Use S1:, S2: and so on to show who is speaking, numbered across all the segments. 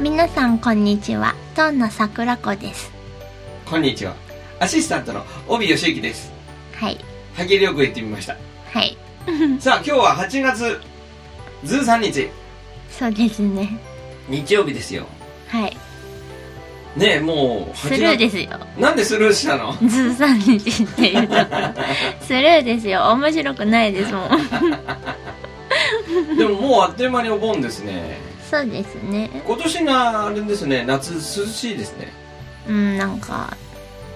S1: 皆さんこんにちはトンの桜子です
S2: こんにちは。アシスタントの帯義行です。
S1: はい
S2: ハゲ旅行行ってみました。
S1: はい
S2: さあ、今日は8月13日、
S1: そうですね
S2: 日曜日ですよ。
S1: はい
S2: ねえ、もう
S1: ス
S2: 8月。
S1: ルーですよ
S2: なんでスルーしたの
S1: 13日っていうところスルーですよ面白くないですもん
S2: でももうあっという間にお盆ですね。
S1: そうですね
S2: 今年のあれですね、夏涼しいですね。
S1: うんなんか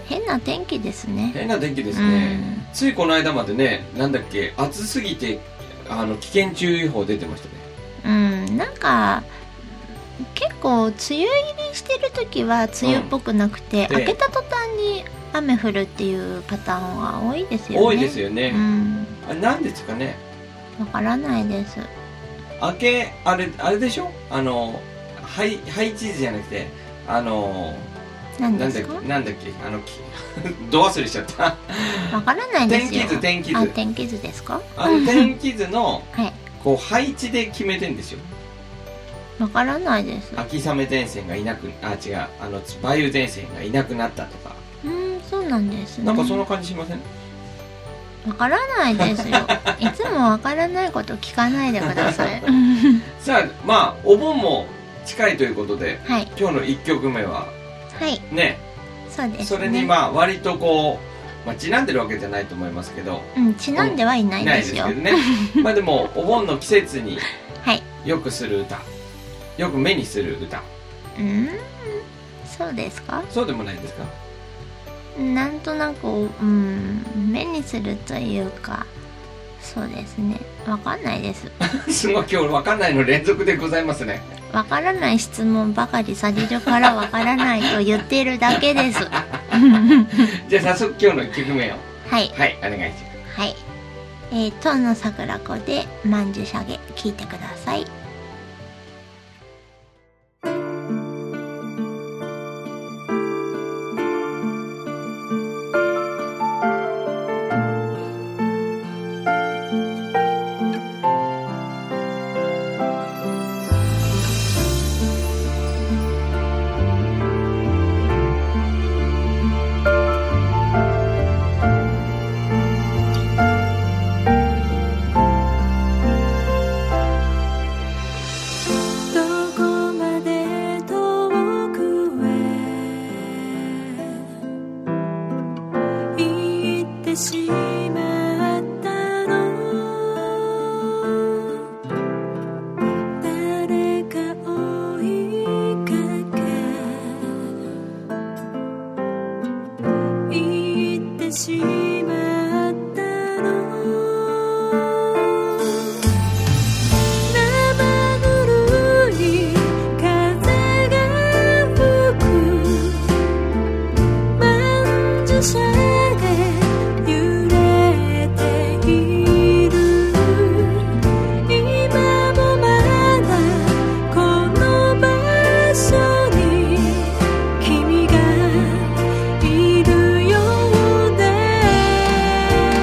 S1: 変な天気ですね
S2: 変な天気ですね。ついこの間までね、なんだっけ、暑すぎて、あの、危険注意報出てました
S1: う
S2: ね。
S1: んなんか結構梅雨入りしてる時は梅雨っぽくなくて、
S2: うん
S1: 明けた途端に雨降るっていうパターンは多いですよね
S2: 多いですよ
S1: う
S2: ね。
S1: ん
S2: あれなんですかね。
S1: わからないです
S2: 明けあれあれでしょあの配配置じゃなくてあの
S1: 何
S2: な
S1: です
S2: んだっ
S1: か
S2: けなんだっけあのき ど忘れしちゃった
S1: わからないで
S2: 天
S1: す
S2: 気
S1: よ
S2: 図天気
S1: あ
S2: 図
S1: 天気図ですか
S2: あの天気図の
S1: はい
S2: こう配置で決めてんですよ
S1: わからないです
S2: 秋雨前線がいなくあ違うあの梅雨前線がいなくなったとか
S1: うんそうなんですね
S2: なんかそんな感じしません、
S1: わからないです よいつもわからないこと聞かないでくださ い
S2: さあまあお盆も近いということで
S1: はい
S2: 今日の1曲目は
S1: はい
S2: ね
S1: そうですね
S2: それにまあ割とこう、まあ、ちなんでるわけじゃないと思いますけど
S1: うんちなんではいない
S2: いない
S1: で
S2: です
S1: す
S2: け
S1: よ
S2: どね まあでもお盆の季節に
S1: はい
S2: よくする歌よく目にする歌
S1: うんそうですか
S2: そうでもないですか
S1: なんとなくうん目にするというかそうですねわかんないです
S2: すごい今日わかんないの連続でございますね
S1: わからない質問ばかりされるからわからないと言ってるだけです
S2: じゃあ早速今日の1曲目を
S1: はい
S2: はいお願いします
S1: はいえー、当の桜子で「まんじゅしゃげ」聞いてください
S3: 「どこまで遠くへ行ってしまったの」「誰か追いかけ」「行ってしまったの」生ぬるい風が吹くまんじゅしゃで揺れている今もまだこの場所に君がいるようで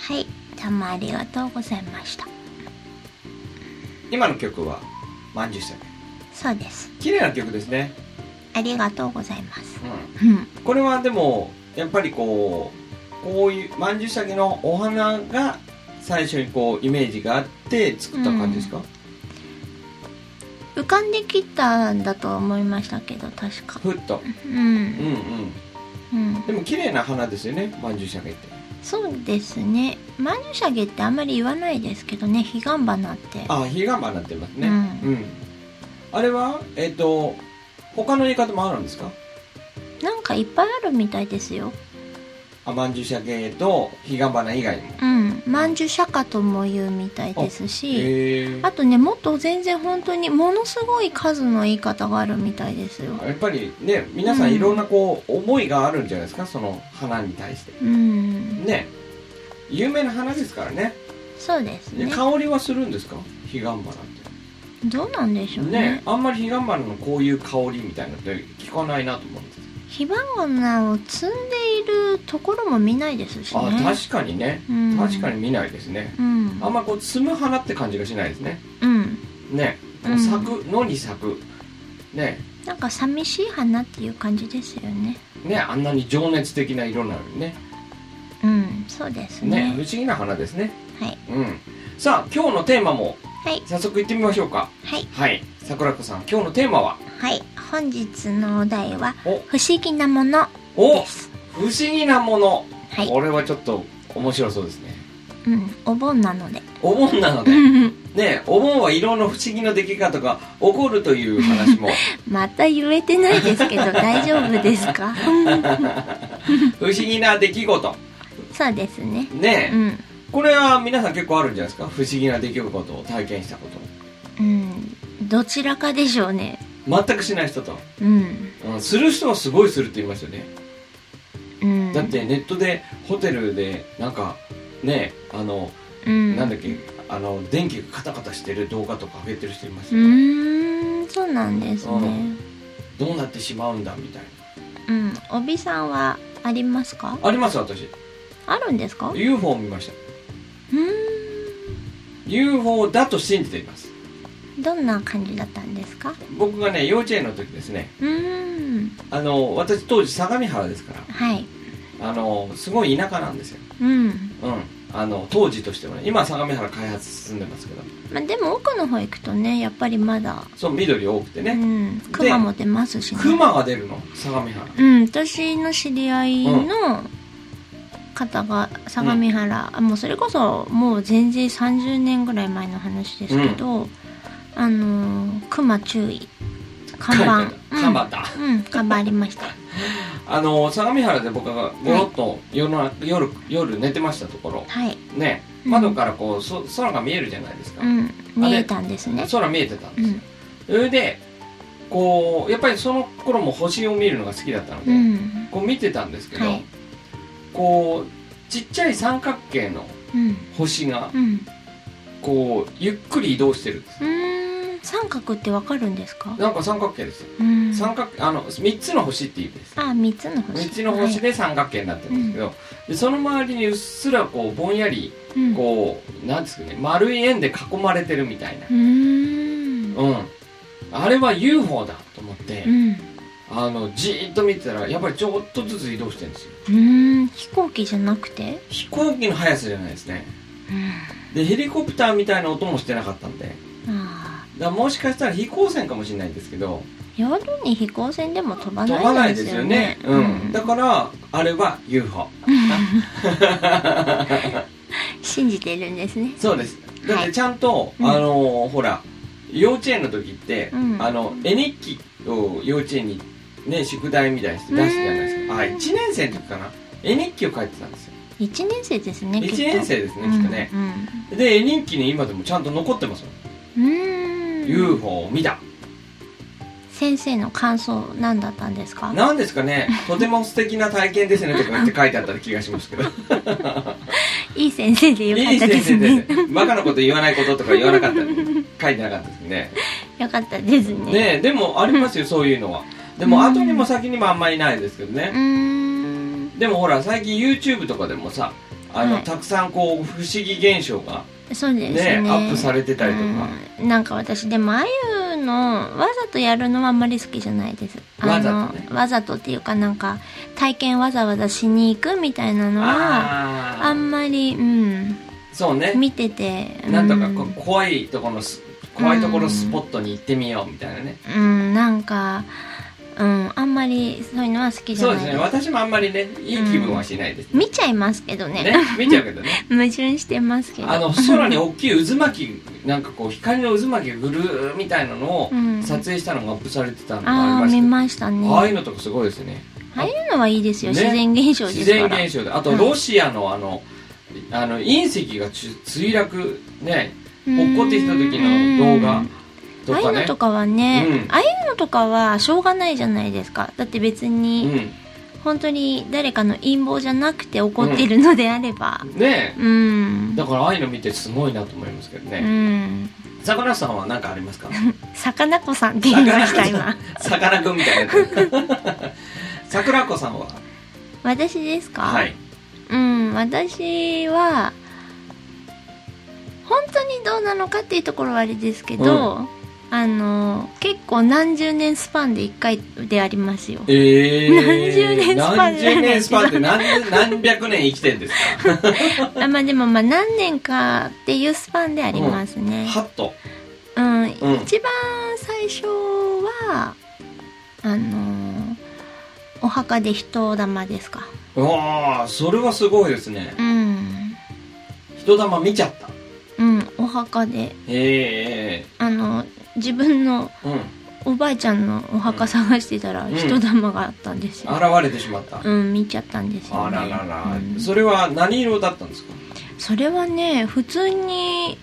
S1: はいどうもありがとうございました
S2: 今の曲はまんじゅうしたっ
S1: そうです
S2: け綺麗な曲ですね、
S1: ありがとうございます
S2: う
S1: うん
S2: ん、これはでもやっぱりこうこういうまんじゅうしたけのお花が最初にこうイメージがあって作った感じですか、
S1: 浮かんできたんだと思いましたけど確か
S2: ふっと
S1: う
S2: うん
S1: ん
S2: うん
S1: うん
S2: でも綺麗な花ですよねまんじゅうしたけって
S1: そうですねマニュシャゲってあんまり言わないですけどね彼岸花って
S2: ああヒガマになってますね
S1: うん
S2: うん、あれはえっ、と他の言い方もあるんですか
S1: なんかいっぱいあるみたいですよ
S2: あまんじゅうしゃけとヒガバナ以外にも
S1: うんまんじゅう釈迦とも言うみたいですし
S2: へえ
S1: あとねもっと全然本当にものすごい数の言い方があるみたいですよ
S2: やっぱりね皆さん
S1: うん
S2: いろんなこう、思いがあるんじゃないですかその花に対して
S1: うん
S2: ね有名な花ですからね
S1: そうです
S2: で
S1: ね
S2: 香りはするんですかヒガンバナっ
S1: どうなんでしてょう
S2: ね
S1: ね
S2: あんまりヒガンバナのこういう香りみたいなのって聞かないなと思うんです
S1: 火花を積んでいるところも見ないですしね
S2: あ確かにね
S1: うん
S2: 確かに見ないですね、
S1: うん
S2: あんまこう摘む花って感じがしないですね
S1: うん
S2: ね
S1: うん
S2: 咲くのに咲くね
S1: なんか寂しい花っていう感じですよね
S2: ねあんなに情熱的な色なのにね
S1: うんそうです
S2: ね
S1: ね
S2: 不思議な花ですね
S1: はい
S2: うんさあ今日のテーマも
S1: はい
S2: 早速行ってみましょうか
S1: はい
S2: はい桜子さん今日のテーマは
S1: はい本日のお題は
S2: お
S1: 「不思議なもの」
S2: お
S1: です
S2: 不思議なもの、
S1: はい、
S2: これはちょっと面白そうですね
S1: うん、お盆なので
S2: お盆な のでねお盆は色の不思議の出来方が起こるという話 も
S1: また言えてないですけ ど大丈夫ですか
S2: 不思議な出来事
S1: そうですね
S2: ね
S1: う、ん、
S2: これは皆さん結構あるんじゃないですか不思議な出来事を体験したこと
S1: うん、どちらかでしょうね
S2: 全くしない人と、
S1: うん、
S2: うん、する人はすごいするって言いましたよね
S1: うん、
S2: だってネットでホテルでなんかねあの
S1: うん、
S2: なんだっけあの電気がカタカタしてる動画とか上げてる人います
S1: う
S2: よ、
S1: ーんそうなんです
S2: う
S1: ね
S2: んどうなってしまうんだみたい
S1: うんおびさんはありますか
S2: なあります私
S1: あるんですかう
S2: UFO 見ました
S1: ー
S2: UFO だと信じています
S1: んどんな感じだったんですか
S2: 僕がね幼稚園の時ですね
S1: うーん
S2: あの私当時相模原ですか
S1: はい
S2: らあのすごい田舎なんですよ
S1: うん
S2: うんあの当時としてはね今は相模原開発進んでますけど
S1: まあでも奥の方行くとねやっぱりまだ
S2: そう緑多くて
S1: う
S2: ね
S1: ん熊も出ますしね
S2: 熊が出るの相模原
S1: うん私の知り合いの方が相模原、あもうそれこそもう全然30年ぐらい前の話ですけど、あのー熊注意看
S2: 書い
S1: 板
S2: てあった看板だ、
S1: うん、うん、看板ありました
S2: あの相模原で僕がごろっと夜の、夜夜寝てましたところ
S1: はい、
S2: ね
S1: うん
S2: 窓からこうそ空が見えるじゃないですか、
S1: うん、見えたんですね
S2: 空見えてたん
S1: う
S2: ですよ
S1: ん、
S2: それでこうやっぱりその頃も星を見るのが好きだったので、
S1: うん
S2: こう見てたんですけど、
S1: はい
S2: こうちっちゃい三角形の
S1: うん
S2: 星が
S1: うん
S2: こうゆっくり移動してるんです
S1: うーん三角ってわかるんですか
S2: なんか三角形ですよ
S1: うん
S2: 三角あの三つの星っていう意味です
S1: あ三つの星
S2: 三つの星で三角形になってるんですけど、でその周りにうっすらこうぼんやり
S1: はいうん
S2: こうなんですかね丸い円で囲まれてるみたいな
S1: うーん
S2: うんあれは UFO だと思って、
S1: うん
S2: あのじーっと見てたらやっぱりちょっとずつ移動してるんですよ
S1: うーん飛行機じゃなくて
S2: 飛行機の速さじゃないですね
S1: うん
S2: でヘリコプターみたいな音もしてなかったんでだか
S1: あ
S2: らもしかしたら飛行船かもしれないんですけど
S1: ー夜に飛行船でも飛ば
S2: 飛ばな
S1: ない
S2: い
S1: で
S2: です
S1: す
S2: よ
S1: よね
S2: ねうん、だからあれは UFO
S1: 信じてるんですね
S2: そうですだっ
S1: は
S2: て
S1: い
S2: ちゃんと、
S1: うん
S2: あのーほら幼稚園の時って、
S1: うん
S2: あの絵日記を幼稚園にね宿題みたいにして出すじゃないです
S1: う
S2: か
S1: ん
S2: あ1年生の時かな絵日記を書いてたんですよ
S1: 一年生ですねきっと
S2: 1年生ですねきっとね、で絵日記に今でもちゃんと残ってますもん、
S1: うんうんうーん
S2: UFO を見た
S1: 先生の感想何だったんですか
S2: なんです かねとても素敵な体験ですねとかって書いてあった気がします けど
S1: いい先生でよか
S2: い
S1: っ
S2: い
S1: た
S2: 先
S1: です
S2: 生
S1: ね
S2: ですバカなこと言わないこととか言わなかった書いてなかったですね
S1: よかったですね
S2: ねえでもありますよそういうのはでも
S1: うん
S2: 後にも先にもあんまりないですけど
S1: う
S2: ね、
S1: ーん
S2: でもほら最近 YouTube とかでもさあの、
S1: はい
S2: たくさんこう不思議現象が
S1: そうです
S2: ね
S1: ね
S2: アップされてたりとか、
S1: うんなんか私でもああいうのわざとやるのはあんまり好きじゃないですあの
S2: わざとね
S1: わざとっていうかなんか体験わざわざしに行くみたいなのは
S2: あー
S1: あんまりうん
S2: そうね
S1: 見てて
S2: なんとか
S1: うん
S2: こう怖いところのス怖いところスポットに行ってみようみたいなね、
S1: うんなんかうんあんまりそういうのは好きじゃ
S2: そう
S1: ない
S2: です
S1: で
S2: ね
S1: す
S2: 私もあんまりねいい気分はしないです、
S1: 見ちゃいますけどね
S2: ね見ちゃうけどね
S1: 矛盾してますけど
S2: あの空に大きい渦巻きなんかこう光の渦巻きがぐるーみたいなのを
S1: うん
S2: 撮影したのがアップされてたのがあ
S1: あ
S2: り
S1: あ
S2: まし
S1: 見
S2: た
S1: ましたね
S2: ああい
S1: あ
S2: うのとかすごいですね
S1: あいうのはいいですよ、
S2: ね
S1: 自然現象で
S2: 自
S1: すか
S2: 然
S1: ら
S2: 現象であと
S1: はい
S2: ロシアのあの,、あの隕石がちゅ墜落ね落っこってきた時の動画と
S1: ああ
S2: か
S1: いうの
S2: ね
S1: とかはね、
S2: うん
S1: ああいうのとかはしょうがないじゃないですかだって別
S2: う
S1: に
S2: ん
S1: 本当に誰かの陰謀じゃなくて起こっているのであれば
S2: ね
S1: うん
S2: だからああいうの見てすごいなと思いますけど
S1: う
S2: ね
S1: ん
S2: さかなさんは何かあります か
S1: さかなこさんって言いました 今
S2: さかなクンみたいな さくらこさんは
S1: 私ですか、
S2: はい
S1: うん私は本当にどうなのかっていうところはあれですけど、あの結構何十年スパンで1回でありますよ
S2: えー、
S1: 何十年スパン
S2: 何十年スパンって何何百年生きてんですか
S1: あまあでもまあ何年かっていうスパンでありますね、
S2: はっと
S1: うん
S2: うん
S1: 一番最初はあのーお墓で人玉ですか
S2: うわあそれはすごいですね
S1: うん、
S2: 人玉見ちゃった
S1: うん、お墓で
S2: ええ
S1: あの自分の
S2: うん
S1: おばあちゃんのお墓探してたら
S2: うん
S1: 人玉があったんですよ、
S2: 現れてしまった、
S1: うん見ちゃったんですよ、
S2: あ
S1: ね、
S2: ららら、
S1: うん
S2: それは何色だったんですか
S1: それはね普通に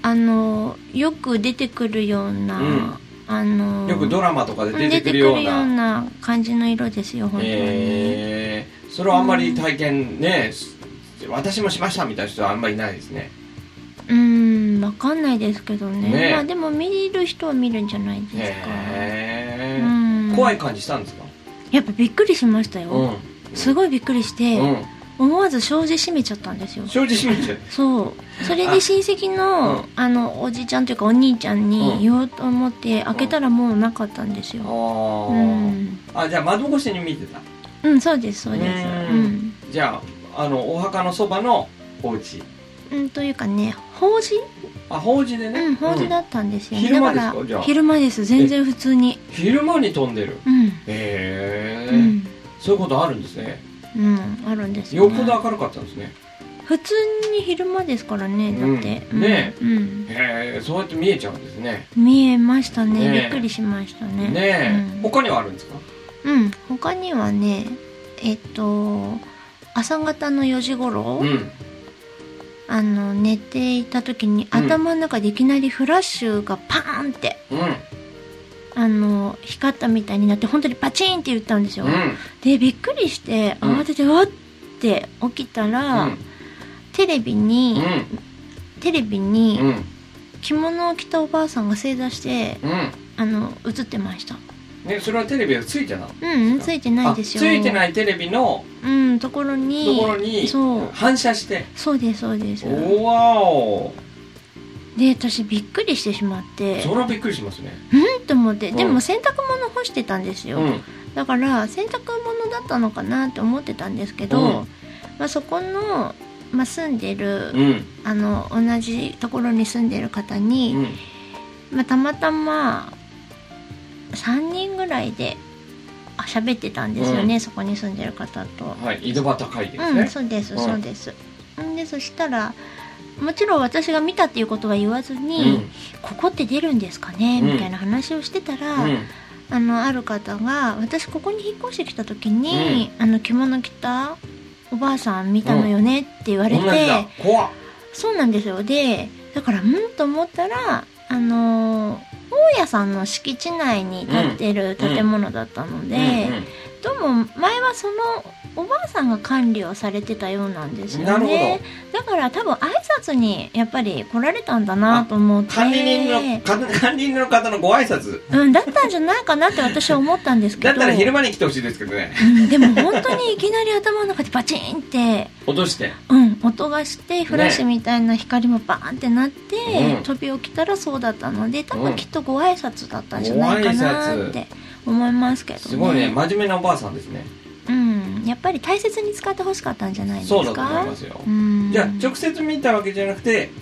S1: あのよく出てくるような、
S2: うん
S1: あの
S2: よくド
S1: ラ
S2: ラマとかで出てくるような、
S1: 感じの色ですよ本当に、
S2: えー、それはあんまり体験ね、す私もしましたみたいな人はあんまりいないですね
S1: うーんわかんないですけどね
S2: ねえ
S1: まあでも見る人は見るんじゃないですか、
S2: へえ
S1: うん
S2: 怖い感じしたんですか
S1: やっぱびっくりしましたよ、
S2: うん、
S1: すごいびっくりして、
S2: うん、
S1: 思わず障子閉めちゃったんですよ
S2: 正直しましたよ
S1: そうそれで親戚のあ,、
S2: うん
S1: のおじちゃんというかお兄ちゃん
S2: うん
S1: に言おうと思って開けたらもうなかったんです
S2: あ
S1: よ、
S2: ー、
S1: うん、
S2: あじゃあ窓越しに見てた
S1: うん、そうですそうです
S2: う
S1: うんん、
S2: じゃああのお墓のそばのお家
S1: うん、というかね法事
S2: あ法事でね、
S1: うん法事だったんですよね、
S2: 昼
S1: だ
S2: 間です
S1: か
S2: からじゃあ
S1: 昼間です全然普通に
S2: うん昼間に飛んでる
S1: うん
S2: へえ、
S1: うん、
S2: そういうことあるんですね
S1: うん、あるんです
S2: よ
S1: よ、
S2: っ
S1: ね、
S2: ぽど明るかったんですね
S1: 普通に昼間ですからねだって、
S2: うんね
S1: うんうん
S2: へえそうやって見えちゃうんですね
S1: 見えましたね
S2: ねえ
S1: びっくりしましたね
S2: ねえ、
S1: うん
S2: 他にはあるんですか
S1: うん他にはねえっと朝方の4時頃、
S2: うん
S1: あの寝ていた時に
S2: うん
S1: 頭の中でいきなりフラッシュがパーンって、
S2: うん
S1: あの光ったみたいになって本当にパチンって言ったんですよ、
S2: うん
S1: でびっくりして
S2: うん
S1: 慌ててわって起きたら、テレビ
S2: う
S1: に、
S2: ん
S1: テレビに、
S2: うんうん
S1: 着物を着たおばあさんが正座して
S2: うん
S1: あの映ってました
S2: ねそれはテレビがついてたの
S1: うんついてないですよ
S2: あついてないいテレビの
S1: うんところに
S2: ところに
S1: そう
S2: 反射して
S1: そうですそうです
S2: おわお
S1: で私びっくりしてしまって
S2: それはびっくりしますね
S1: うんと思ってで
S2: うん
S1: も洗濯物干してたんです
S2: う
S1: よ、
S2: ん
S1: だから洗濯物だったのかなって思ってたんですけど、
S2: うん
S1: まあ、そこの、まあ、住んでる、
S2: うん
S1: あの同じところに住んでる方
S2: う
S1: に、
S2: ん
S1: まあ、たまたま3人ぐらいであ喋ってたんですよね、そこに住んでる方と。
S2: はい井戸端会議で
S1: うん、
S2: すね
S1: そうです、
S2: うん
S1: そうです。んでそしたらもちろん私が見たっていうことは言わず
S2: う
S1: に、
S2: ん
S1: ここって出るんですかね、
S2: うん
S1: みたいな話をしてたら、
S2: うん
S1: あのある方が私ここに引っ越してきた時に、あの着物着たおばあさん見たのよねって言われ
S2: 同
S1: て、
S2: じだ怖っ
S1: そうなんですよでだからうんと思ったらあのー大家さんの敷地内に建ってる建物だったので、
S2: うんうん
S1: どうも前はそのおばあさんが管理をされてたようなんです
S2: な
S1: よ
S2: るほ
S1: ねだから多分挨拶にやっぱり来られたんだなと思って
S2: 管理人の、か管 理人の方のご挨拶
S1: うん、だったんじゃないかなって私は思ったんですけど
S2: だったら昼間に来てほしいですけどね
S1: うん、でも本当にいきなり頭の中でバチンって、
S2: 落として
S1: うん、音がしてフラッシュみたいな光もバーンってなって、
S2: うん
S1: 飛び起きたらそうだったので多
S2: うん
S1: 分きっとご挨拶だったんじゃないかなって思いますけどね
S2: すごいね真面目なおばあさんですね
S1: うん、やっぱり大切に使ってほしかったんじゃないですか
S2: そうだと思いますよ
S1: うん
S2: じゃあ直接見たわけじゃなくて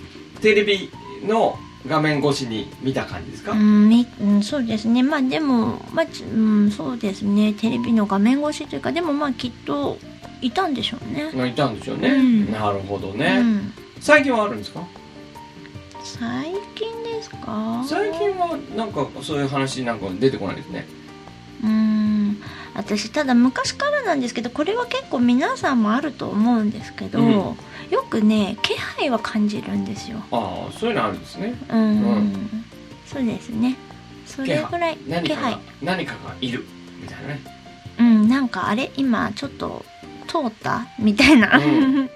S2: テレビの画面越しに見た感じですか、
S1: うんみうん、そうですねまあでも、まあちうん、そうですねテレビの画面越しというかでもまあきっといたんでしょうね
S2: いたんでしょうね、
S1: うん
S2: なるほど
S1: う
S2: ね、
S1: ん、
S2: 最近はあるんですか
S1: 最近ですか
S2: 最近はなんかそういう話なんか出てこないですね
S1: うん私ただ昔からなんですけどこれは結構皆さんもあると思うんですけど、
S2: うん
S1: よくね気配は感じるんですよ
S2: ああそういうのあるんですね
S1: うん、
S2: う
S1: そうですねそれぐらい
S2: 何
S1: 気
S2: か
S1: 配
S2: が何かがいるみたいなね
S1: うんなんかあれ今ちょっと通ったみたいな、
S2: うん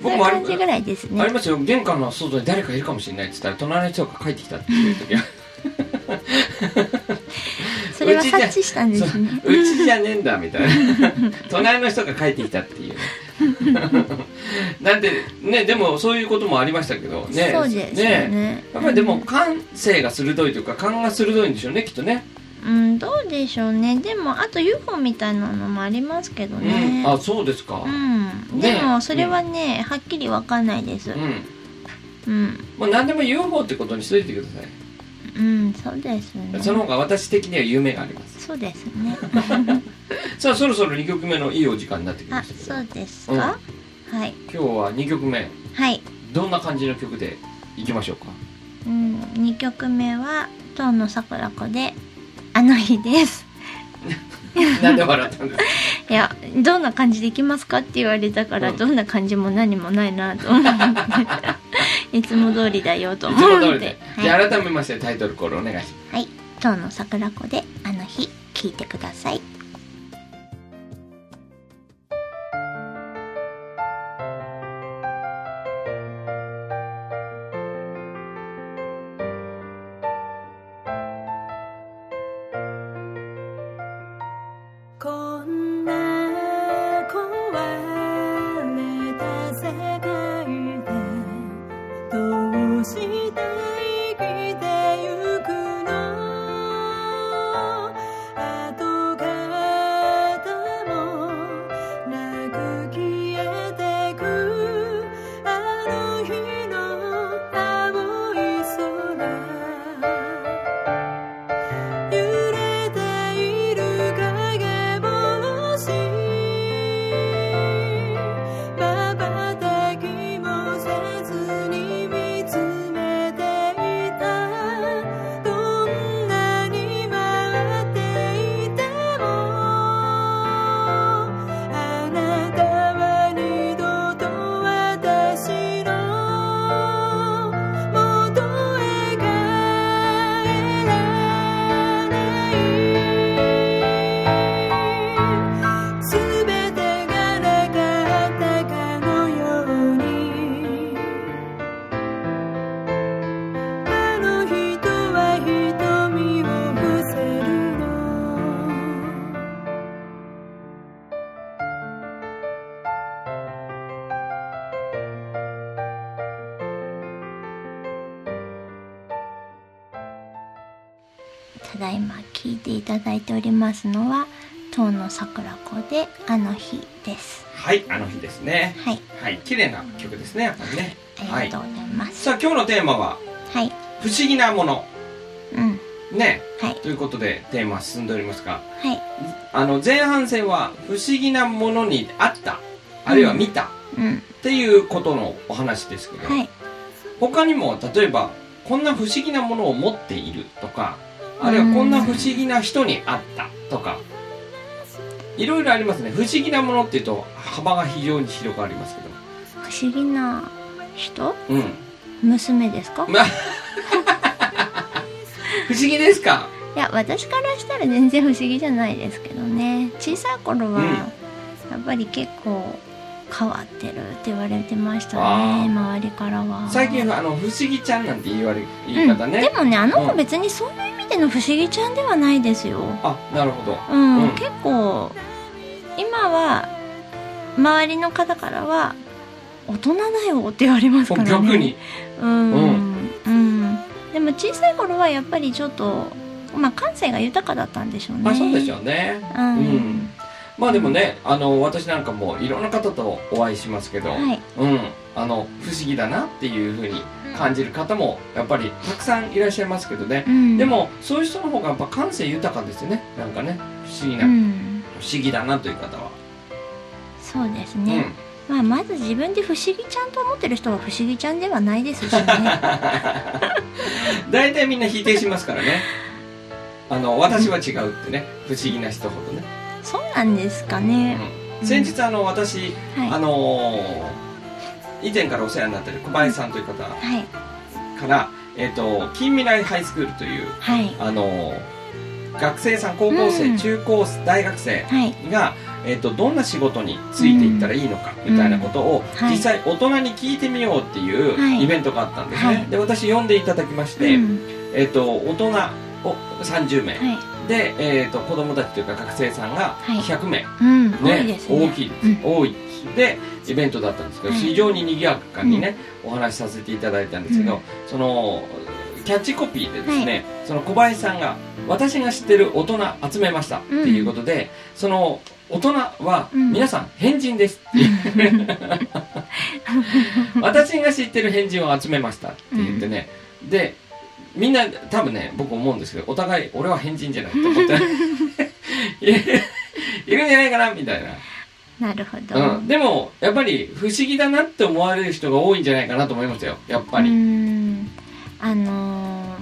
S1: そう
S2: 僕
S1: いう
S2: もあり
S1: 感じぐらいですね
S2: ありますよ玄関の外に誰かいるかもしれないって言ったら隣の人が帰ってきたっていう時は
S1: それは察知したんで
S2: そ
S1: すね
S2: ううちじゃねえんだみたいな 隣の人が帰ってきたっていう なんてねでもそういうこともありましたけどね
S1: そうですよね
S2: やっぱりでも感性が鋭いというか勘が鋭いんでしょうねきっとね、
S1: うんどうでしょうねでもあと UFO みたいなのもありますけどね
S2: うん、あそうですか、
S1: うん、
S2: ね
S1: でもそれはね、はっきりわかんないです
S2: うん
S1: うん
S2: まあ、何でも UFO ってことにしといてください、
S1: うんそうですね
S2: その方が私的には夢があります
S1: そうですね
S2: さあそろそろ2曲目のいいお時間になってきま
S1: あ
S2: した
S1: そう
S2: け
S1: ですか、はい
S2: ど今日は2曲目
S1: はい、
S2: どんな感じの曲でいきましょうか
S1: うん、2曲目は遠野さくら子で「あの日」です
S2: なんで笑った んですか
S1: いやどんな感じでいきますかって言われたから、
S2: うん
S1: どんな感じも何もないなと思っ ていつも通りだよと
S2: い
S1: 思
S2: つも
S1: っ
S2: 通
S1: て
S2: りで、
S1: はい
S2: じゃあ改めましてタイトルコールお願いします
S1: はい、当の桜子であの日聞いてください。
S3: こんな壊れた世界でどうして生きてゆくの跡形もなく消えてくあの日の青い空揺れている影帽子まばたきもせずに見つめていたどんなに待っていてもあなたは二度と私の元へ帰らない全てがなかったかのようにあの人は瞳を伏せるの
S1: ただいま聞いていただいておりますのは当の桜子であの日です。
S2: はいあの日ですね
S1: はい、
S2: はい綺麗な曲ですねやっぱりね
S1: ありがとうございます。
S2: さあ今日のテーマは
S1: はい、
S2: 「不思議なもの
S1: うん、」
S2: ね
S1: はい、
S2: ということでテーマ進んでおりますが
S1: はい、
S2: あの前半戦は不思議なものにあったあるいは見た、
S1: うん、
S2: っていうことのお話ですけど、
S1: はい、
S2: 他にも例えばこんな不思議なものを持っているとかあるいはこんな不思議な人に会ったとかいろいろありますね不思議なものっていうと幅が非常に広がりますけど
S1: 不思議な人、
S2: うん
S1: 娘ですか？
S2: ま不思議ですか
S1: いや私からしたら全然不思議じゃないですけどね小さい頃は、
S2: うん
S1: やっぱり結構変わってるって言われてました
S2: あー
S1: ね周りからは
S2: 最近あの不思議ちゃんなんて言われ言い方
S1: うん、で
S2: ね、
S1: もねあの
S2: う
S1: 子
S2: ん
S1: 別にそういう意味での不思議ちゃんではないですよ
S2: あなるほど
S1: うん、
S2: うん
S1: 結構今は周りの方からは大人だよって言われますからね
S2: 逆に
S1: うん、
S2: う
S1: うんでも小さい頃はやっぱりちょっとまあ感性が豊かだったんでしょうね
S2: まあそうでしょうね
S1: う、
S2: うんん、まあでもねあの私なんかもいろんな方とお会いしますけど、
S1: はい
S2: うんあの不思議だなっていうふうに感じる方もやっぱりたくさんいらっしゃいますけどね
S1: うん
S2: でもそういう人の方がやっぱ感性豊かですよねなんかね不思議な、
S1: う
S2: 不
S1: ん
S2: 思議だなという方は、
S1: そうです
S2: うん
S1: ね、まあ、まず自分で不思議ちゃんと思ってる人は不思議ちゃんではないですし ね
S2: 大体みんな否定しますからねあの私は違うってね不思議な人ほどね、
S1: そうなんですかね、
S2: うん、先日あの私、
S1: はい
S2: あのー以前からお世話になってる小林さんという方か
S1: はい
S2: ら、えっと近未来ハイスクールという
S1: はい
S2: あの学生さん高校生、
S1: うん
S2: 中高生大学生
S1: はい
S2: が、えっとどんな仕事についていったらいいのか、みたいなことを、
S1: はい
S2: 実際大人に聞いてみようっていう、
S1: はい
S2: イベントがあったんですね、
S1: はい
S2: で私読んでいただきまして、
S1: うん
S2: えっと大人を30名、
S1: はい
S2: で、えっと子供たちというか学生さんが
S1: はい
S2: 100名、
S1: うん、
S2: ね
S1: 多いですね
S2: 大きいです、多いでイベントだったんですけど、
S1: はい
S2: 非常に賑やかにね、お話しさせていただいたんですけど、
S1: うん
S2: そのキャッチコピーでですね、その小林さんが「私が知ってる大人集めました」っていうことで、その大人は
S1: うん
S2: 皆さん変人ですっていう、私が知ってる変人を集めましたって言ってね、でみんな多分ね僕思うんですけどお互い俺は変人じゃないと 思って いるいるんじゃないかなみたいな
S1: なるほど、
S2: うん、でもやっぱり不思議だなって思われる人が多いんじゃないかなと思いましたよやっぱり、
S1: う
S2: うん
S1: んあの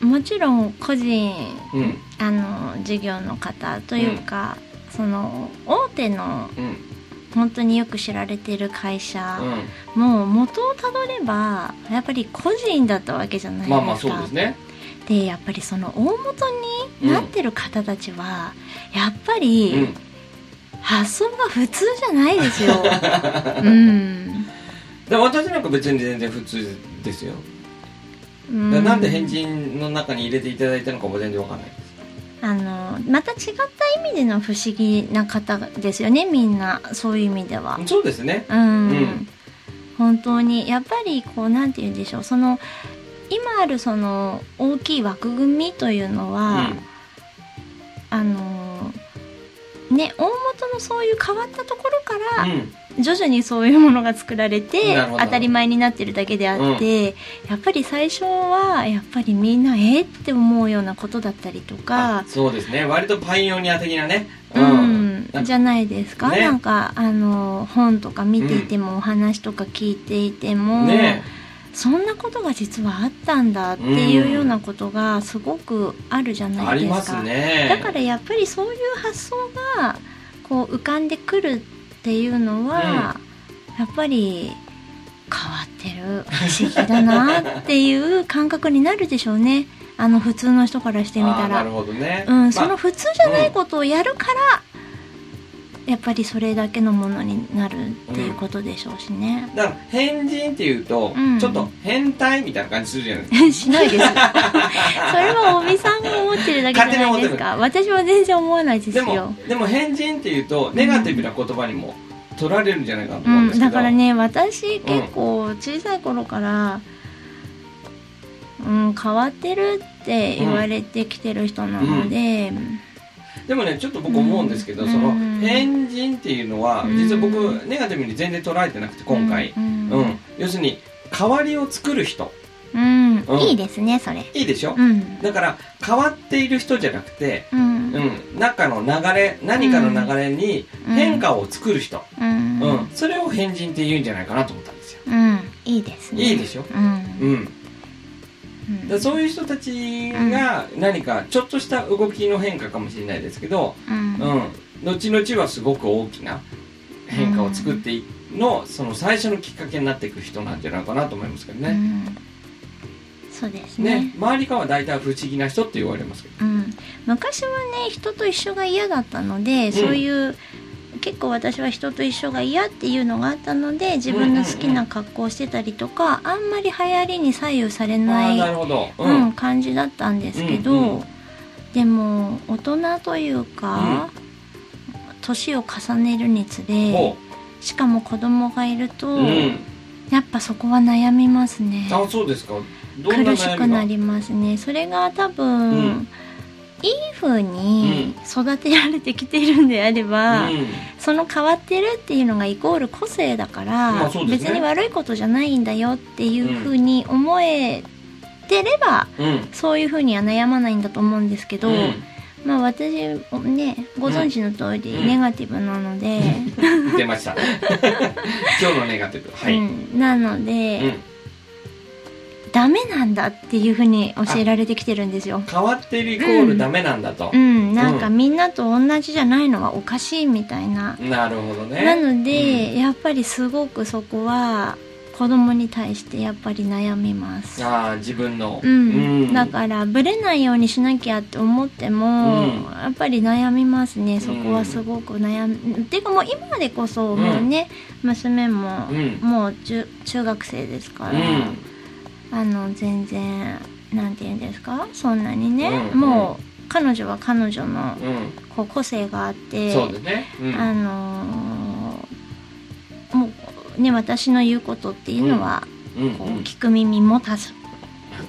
S1: ーもちろん個人
S2: うん
S1: あのー事業の方というか、その大手の
S2: うん
S1: 本当によく知られてる会社、もう元をたどればやっぱり個人だったわけじゃないですか。
S2: まあまあそうですね
S1: でやっぱりその大元になってる方たちは、やっぱり、
S2: うん
S1: 発想が普通じゃないです よ。うん。
S2: で私なんか別に全然普通ですよだから
S1: う
S2: なんで変人の中に入れていただいたのかも全然わかんないです
S1: あのまた違った意味での不思議な方ですよねみんなそういう意味では。
S2: そうですね
S1: うん、
S2: うん
S1: 本当にやっぱりこうなんて言うんでしょうその今あるその大きい枠組みというの
S2: うん
S1: は、あのね大元のそういう変わったところから、
S2: うん
S1: 徐々にそういうものが作られて
S2: なるほど
S1: 当たり前になってるだけであって、やっぱり最初はやっぱりみんなえって思うようなことだったりと
S2: あ
S1: か、
S2: そうですね割とパイオニア的なね
S1: う
S2: うん
S1: ん
S2: なんか
S1: じゃないですか、
S2: ね
S1: なんかあの本とか見ていても、お話とか聞いていても、
S2: ね
S1: そんなことが実はあったんだっていうようなことがすごくあるじゃ
S2: あ
S1: ない
S2: り
S1: で
S2: ますす
S1: か。
S2: ね
S1: だからやっぱりそういう発想がこう浮かんでくるっていうのは、やっぱり変わってる不思議だなっていう感覚になるでしょうねあの普通の人からしてみ
S2: あ
S1: た
S2: ーなる
S1: ら。
S2: ほどね、
S1: うん、
S2: まあ
S1: その普通じゃないことをやるから、やっぱりそれだけのものになるっていうことでしょうし ね。
S2: だから変人っていうと、
S1: うん
S2: ちょっと変態みたいな感じするじゃないですか
S1: しない です。それはおみさんが思ってるだけじゃないですか。私は全然思わないです
S2: で
S1: よ。
S2: もでも変人っていうとネガティブな言葉にも取られるんじゃないかなと
S1: う
S2: 思うんで
S1: ん、
S2: すけど、
S1: だからね私結構小さい頃から、うん、変わってるって言われてきてる人なので、
S2: でもねちょっと僕思うんですけど、
S1: うん
S2: その
S1: うん
S2: 変人っていうのは、
S1: うん
S2: 実は僕ネガティブに全然捉えてなくて今回、
S1: う
S2: うんん要するに代わりを作る人
S1: うん
S2: うん
S1: いいですねそれ
S2: いいでしょ、
S1: うん
S2: だから変わっている人じゃなくて、
S1: う
S2: うんん、中の流れ何かの流れに
S1: うん
S2: 変化を作る人、
S1: う
S2: うん
S1: ん
S2: それを変人って言うんじゃないかなと思ったんですよ
S1: うんいいですね
S2: いいでしょ、
S1: うんうん
S2: うん、だからそういう人たちが何かちょっとした動きの変化かもしれないですけど、
S1: うん
S2: うん、後々はすごく大きな変化を作っていのその最初のきっかけになっていく人なんじゃないかなと思いますけど
S1: う
S2: ね。
S1: んそうですね
S2: ね周りからは大体不思議な人って言われますけど
S1: うん、昔はね人と一緒が嫌だったので、そういう結構私は人と一緒が嫌っていうのがあったので自分の好きな格好をしてたりとか、あんまり流行りに左右され
S2: あ
S1: な
S2: あ
S1: い
S2: なるほどう
S1: うんん、感じだったんですけど、
S2: うんうん
S1: でも大人というか年、を重ねるにつれ
S2: ほ
S1: しかも子供がいると、
S2: ううん
S1: やっぱそこは悩みますね
S2: あそうですかどんな
S1: 苦し
S2: 悩
S1: く
S2: み
S1: な
S2: が
S1: りますねそれが多分、
S2: うん
S1: いい風に育てられてきているんであれば、
S2: うん
S1: その変わってるっていうのがイコール個性だから、
S2: まあそうですね
S1: 別に悪いことじゃないんだよっていう風に思えてれば、
S2: うん
S1: そういうふうには悩まないんだと思うんですけど、
S2: うん
S1: まあ私もねご存知の通り
S2: うん
S1: ネガティブなので、
S2: 出ました 今日のネガティブは
S1: う
S2: い
S1: んなの
S2: う
S1: で、
S2: ん
S1: ダメなんだっていうふうに教えられてきてるんですよ。
S2: 変わってるイコールダメなんだと
S1: う、ん、なんか
S2: う
S1: みんなと同じじゃないのはおかしいみたいな。
S2: なるほどね
S1: なので、
S2: う
S1: やっぱりすごくそこは子供に対してやっぱり悩みます。
S2: ああ自分の
S1: うん、
S2: うん
S1: だからブレないようにしなきゃって思っても、
S2: うん
S1: やっぱり悩みますねそこはすごく悩む、っていうかもう今でこそもうね、娘も、
S2: うん
S1: もう中中学生ですから、
S2: うん
S1: あの全然なんて言うんですかそんなにね、
S2: うん
S1: もう彼女は彼女の
S2: うん
S1: こう個性があって、
S2: そうですねうん
S1: あのーもうね私の言うことっていうのは、
S2: うん
S1: こう
S2: うん
S1: 聞く耳持たず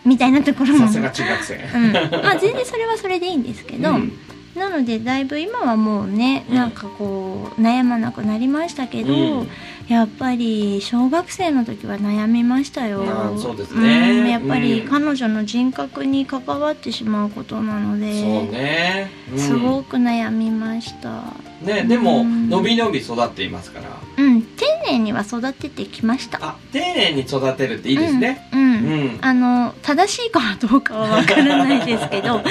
S1: みたいなところも
S2: さすが中学生
S1: うん、まあ全然それはそれでいいんですけど、
S2: うん
S1: なのでだいぶ今はもうね、
S2: うん
S1: なんかこう悩まなくなりましたけど、
S2: うん
S1: やっぱり小学生の時は悩みましたよ
S2: まあそうですね
S1: うんやっぱり
S2: うん
S1: 彼女の人格に関わってしまうことなので、
S2: そうね、うん
S1: すごく悩みました
S2: ねでも
S1: うん
S2: 伸び伸び育っていますから
S1: うん丁寧には育ててきました
S2: あ丁寧に育てるっていいですね
S1: うん、
S2: う
S1: うん
S2: ん、
S1: あの正しいかどうかはわからないですけ ど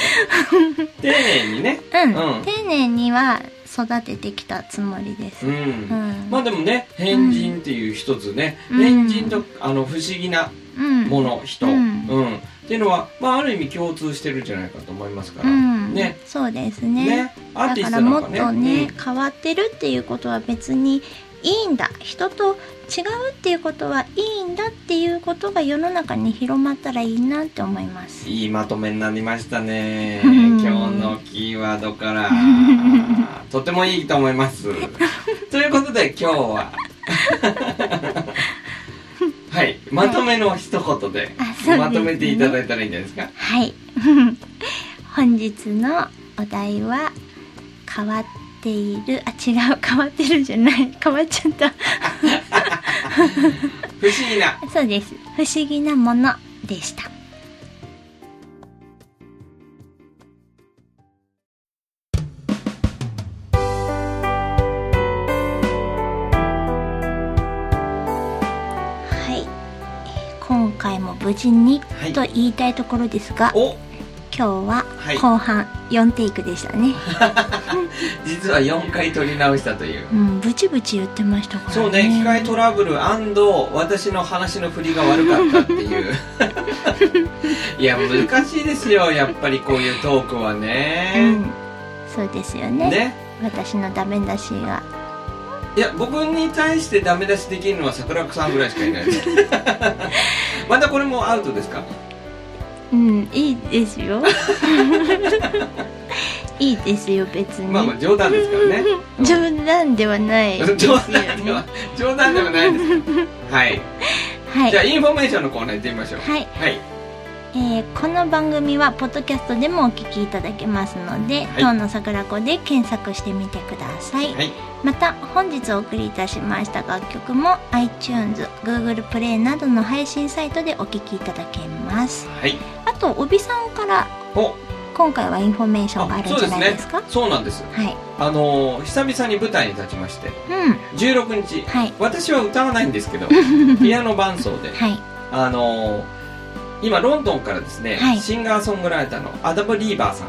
S2: 丁寧にね
S1: うん、
S2: うん
S1: 丁寧には育ててきたつもりです。
S2: う
S1: うんん、
S2: まあでもね変人っていう一つね、
S1: うん
S2: 変人とあの不思議な
S1: うん、
S2: もの、人、う
S1: うんん
S2: っていうのは、まあ、ある意味共通してるんじゃないかと思いますから、
S1: うん、
S2: ね
S1: そうです
S2: ね
S1: ね。
S2: アー
S1: だ
S2: ティ
S1: か
S2: ス
S1: ら
S2: ト
S1: も
S2: な
S1: っ
S2: んかね
S1: とね、変わってるっていうことは別にいいんだ人と違うっていうことはいいんだっていうことが世の中に広まったらいいなって思いま
S2: うん
S1: す。
S2: いいまとめになりましたね
S1: うん
S2: 今日のキーワードから とてもいいと思いますということで今 日ははいまとめの一言で
S1: あそうですね
S2: まとめていただいたらいいんじゃないですか
S1: はい。 本日のお題は変わっているあ違う変わってるじゃない 変わっちゃった。
S2: 不思議な
S1: そうです。不思議なものでした。はい。えー今回も無事に
S2: はい
S1: と言いたいところですが、
S2: お
S1: 今日は
S2: はい
S1: 後半4テイクでしたね。
S2: 実は4回取り直したという
S1: うん、ブチブチ言ってましたからね。
S2: そうね機械トラブル私の話の振りが悪かったって いういや難しいですよやっぱりこういうトークは
S1: う
S2: ね、
S1: ん。そうですよね。
S2: ね
S1: 私のダメ出しが。
S2: いや僕に対してダメ出しできるのは桜子さんぐらいしかいないです またこれもアウトですか
S1: うん、いいです よ。いいですよ、別に。
S2: まあまあ冗談ですからね
S1: 冗談ではないですよ、ね。
S2: 冗談では冗談ではないですからはい、
S1: はい
S2: じゃ。あインフォメーションのコーナー行ってみましょう
S1: はい、
S2: はい
S1: えーこの番組はポッドキャストでもお聞きいただけますので、
S2: はい
S1: 当の桜子で検索してみてください。
S2: はい
S1: また、本日お送りいたしました楽曲も iTunes、Google Play などの配信サイトでお聞きいただけます。
S2: はい
S1: あと、帯さんから
S2: お
S1: 今回はインフォメーションがあ
S2: あ
S1: る
S2: そ
S1: ん
S2: う
S1: じ
S2: で
S1: ゃ
S2: す
S1: ない
S2: ね
S1: ですか
S2: そうなんです
S1: はい。
S2: あのー久々に舞台に立ちまして
S1: うん。
S2: 16日
S1: はい。
S2: 私は歌わないんで すけどピアノ伴奏で
S1: はい。
S2: あのー今ロンドンからですね、
S1: はい
S2: シンガーソングライターのアダム・リーバーさ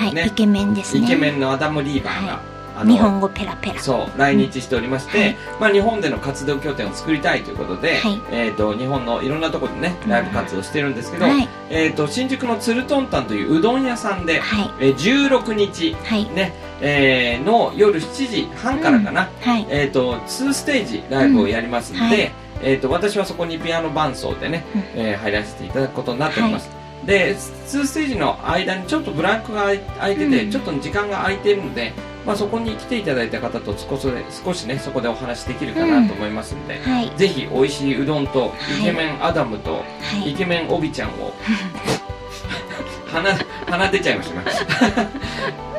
S2: ん、
S1: はい、
S2: ね
S1: イケメンですね。
S2: イケメンのアダム・リーバーが、あの
S1: 日本語ペラペラ
S2: そう来日しておりまして、
S1: はい
S2: まあ、日本での活動拠点を作りたいということで、
S1: はい
S2: えー、と日本のいろんなところでねライブ活動してるんですけど、
S1: はい
S2: えー、と新宿のつるとんたんといううどん屋さん
S1: は
S2: で、
S1: い
S2: えー16日、
S1: はい
S2: ねえーの夜7時半からかな、
S1: はい
S2: えー、と2ステージライブをやりますんで、
S1: うんはい
S2: えー、と私はそこにピアノ伴奏でね、
S1: うん
S2: えー入らせていただくことになっております、で2ステージの間にちょっとブランクが空い空いてて、
S1: うん
S2: ちょっと時間が空いているので、まあ、そこに来ていただいた方と少し少しねそこでお話できるかなと思いますんで、
S1: はい
S2: ぜひ美味しいうどんと
S1: はい
S2: イケメンアダムと
S1: は
S2: イ
S1: い
S2: ケメンオビちゃんを鼻鼻出ちゃいました ね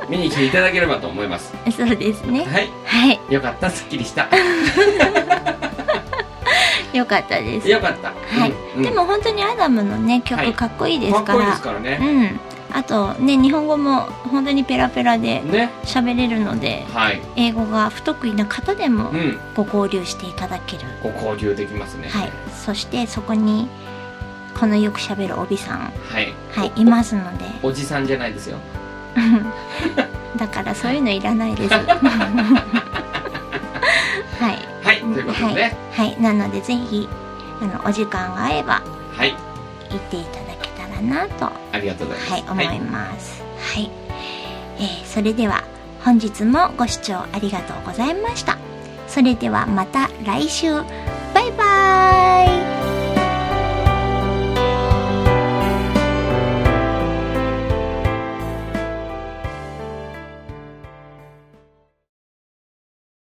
S2: 見に来ていただければと思います
S1: そうですね
S2: はい
S1: はい
S2: よかったすっきりした
S1: よかったです
S2: よかった。
S1: はい
S2: うんうん
S1: でも本当にアダムのね
S2: はい
S1: 曲かっこいいで
S2: か
S1: す
S2: っ
S1: か
S2: こいいで
S1: ら
S2: すから
S1: う
S2: ね。
S1: んあとね日本語も本当にペラペラで
S2: ね。
S1: 喋れるので
S2: はい。
S1: 英語が不得意な方でも
S2: うん。
S1: ご交流していただける
S2: ご交流できますね。
S1: はいそしてそこにこのよく喋るおびさん
S2: はい。
S1: はいいますので
S2: おじさんじゃないですよ。
S1: だからそういうのいらないです はい
S2: はい。ということでね。
S1: はい、なのでぜひあのお時間が合えば
S2: はい。
S1: 行っていただけたらなと、は
S2: ありがとうございます。
S1: い、思います。はい、えーそれでは本日もご視聴ありがとうございました。それではまた来週バイバーイ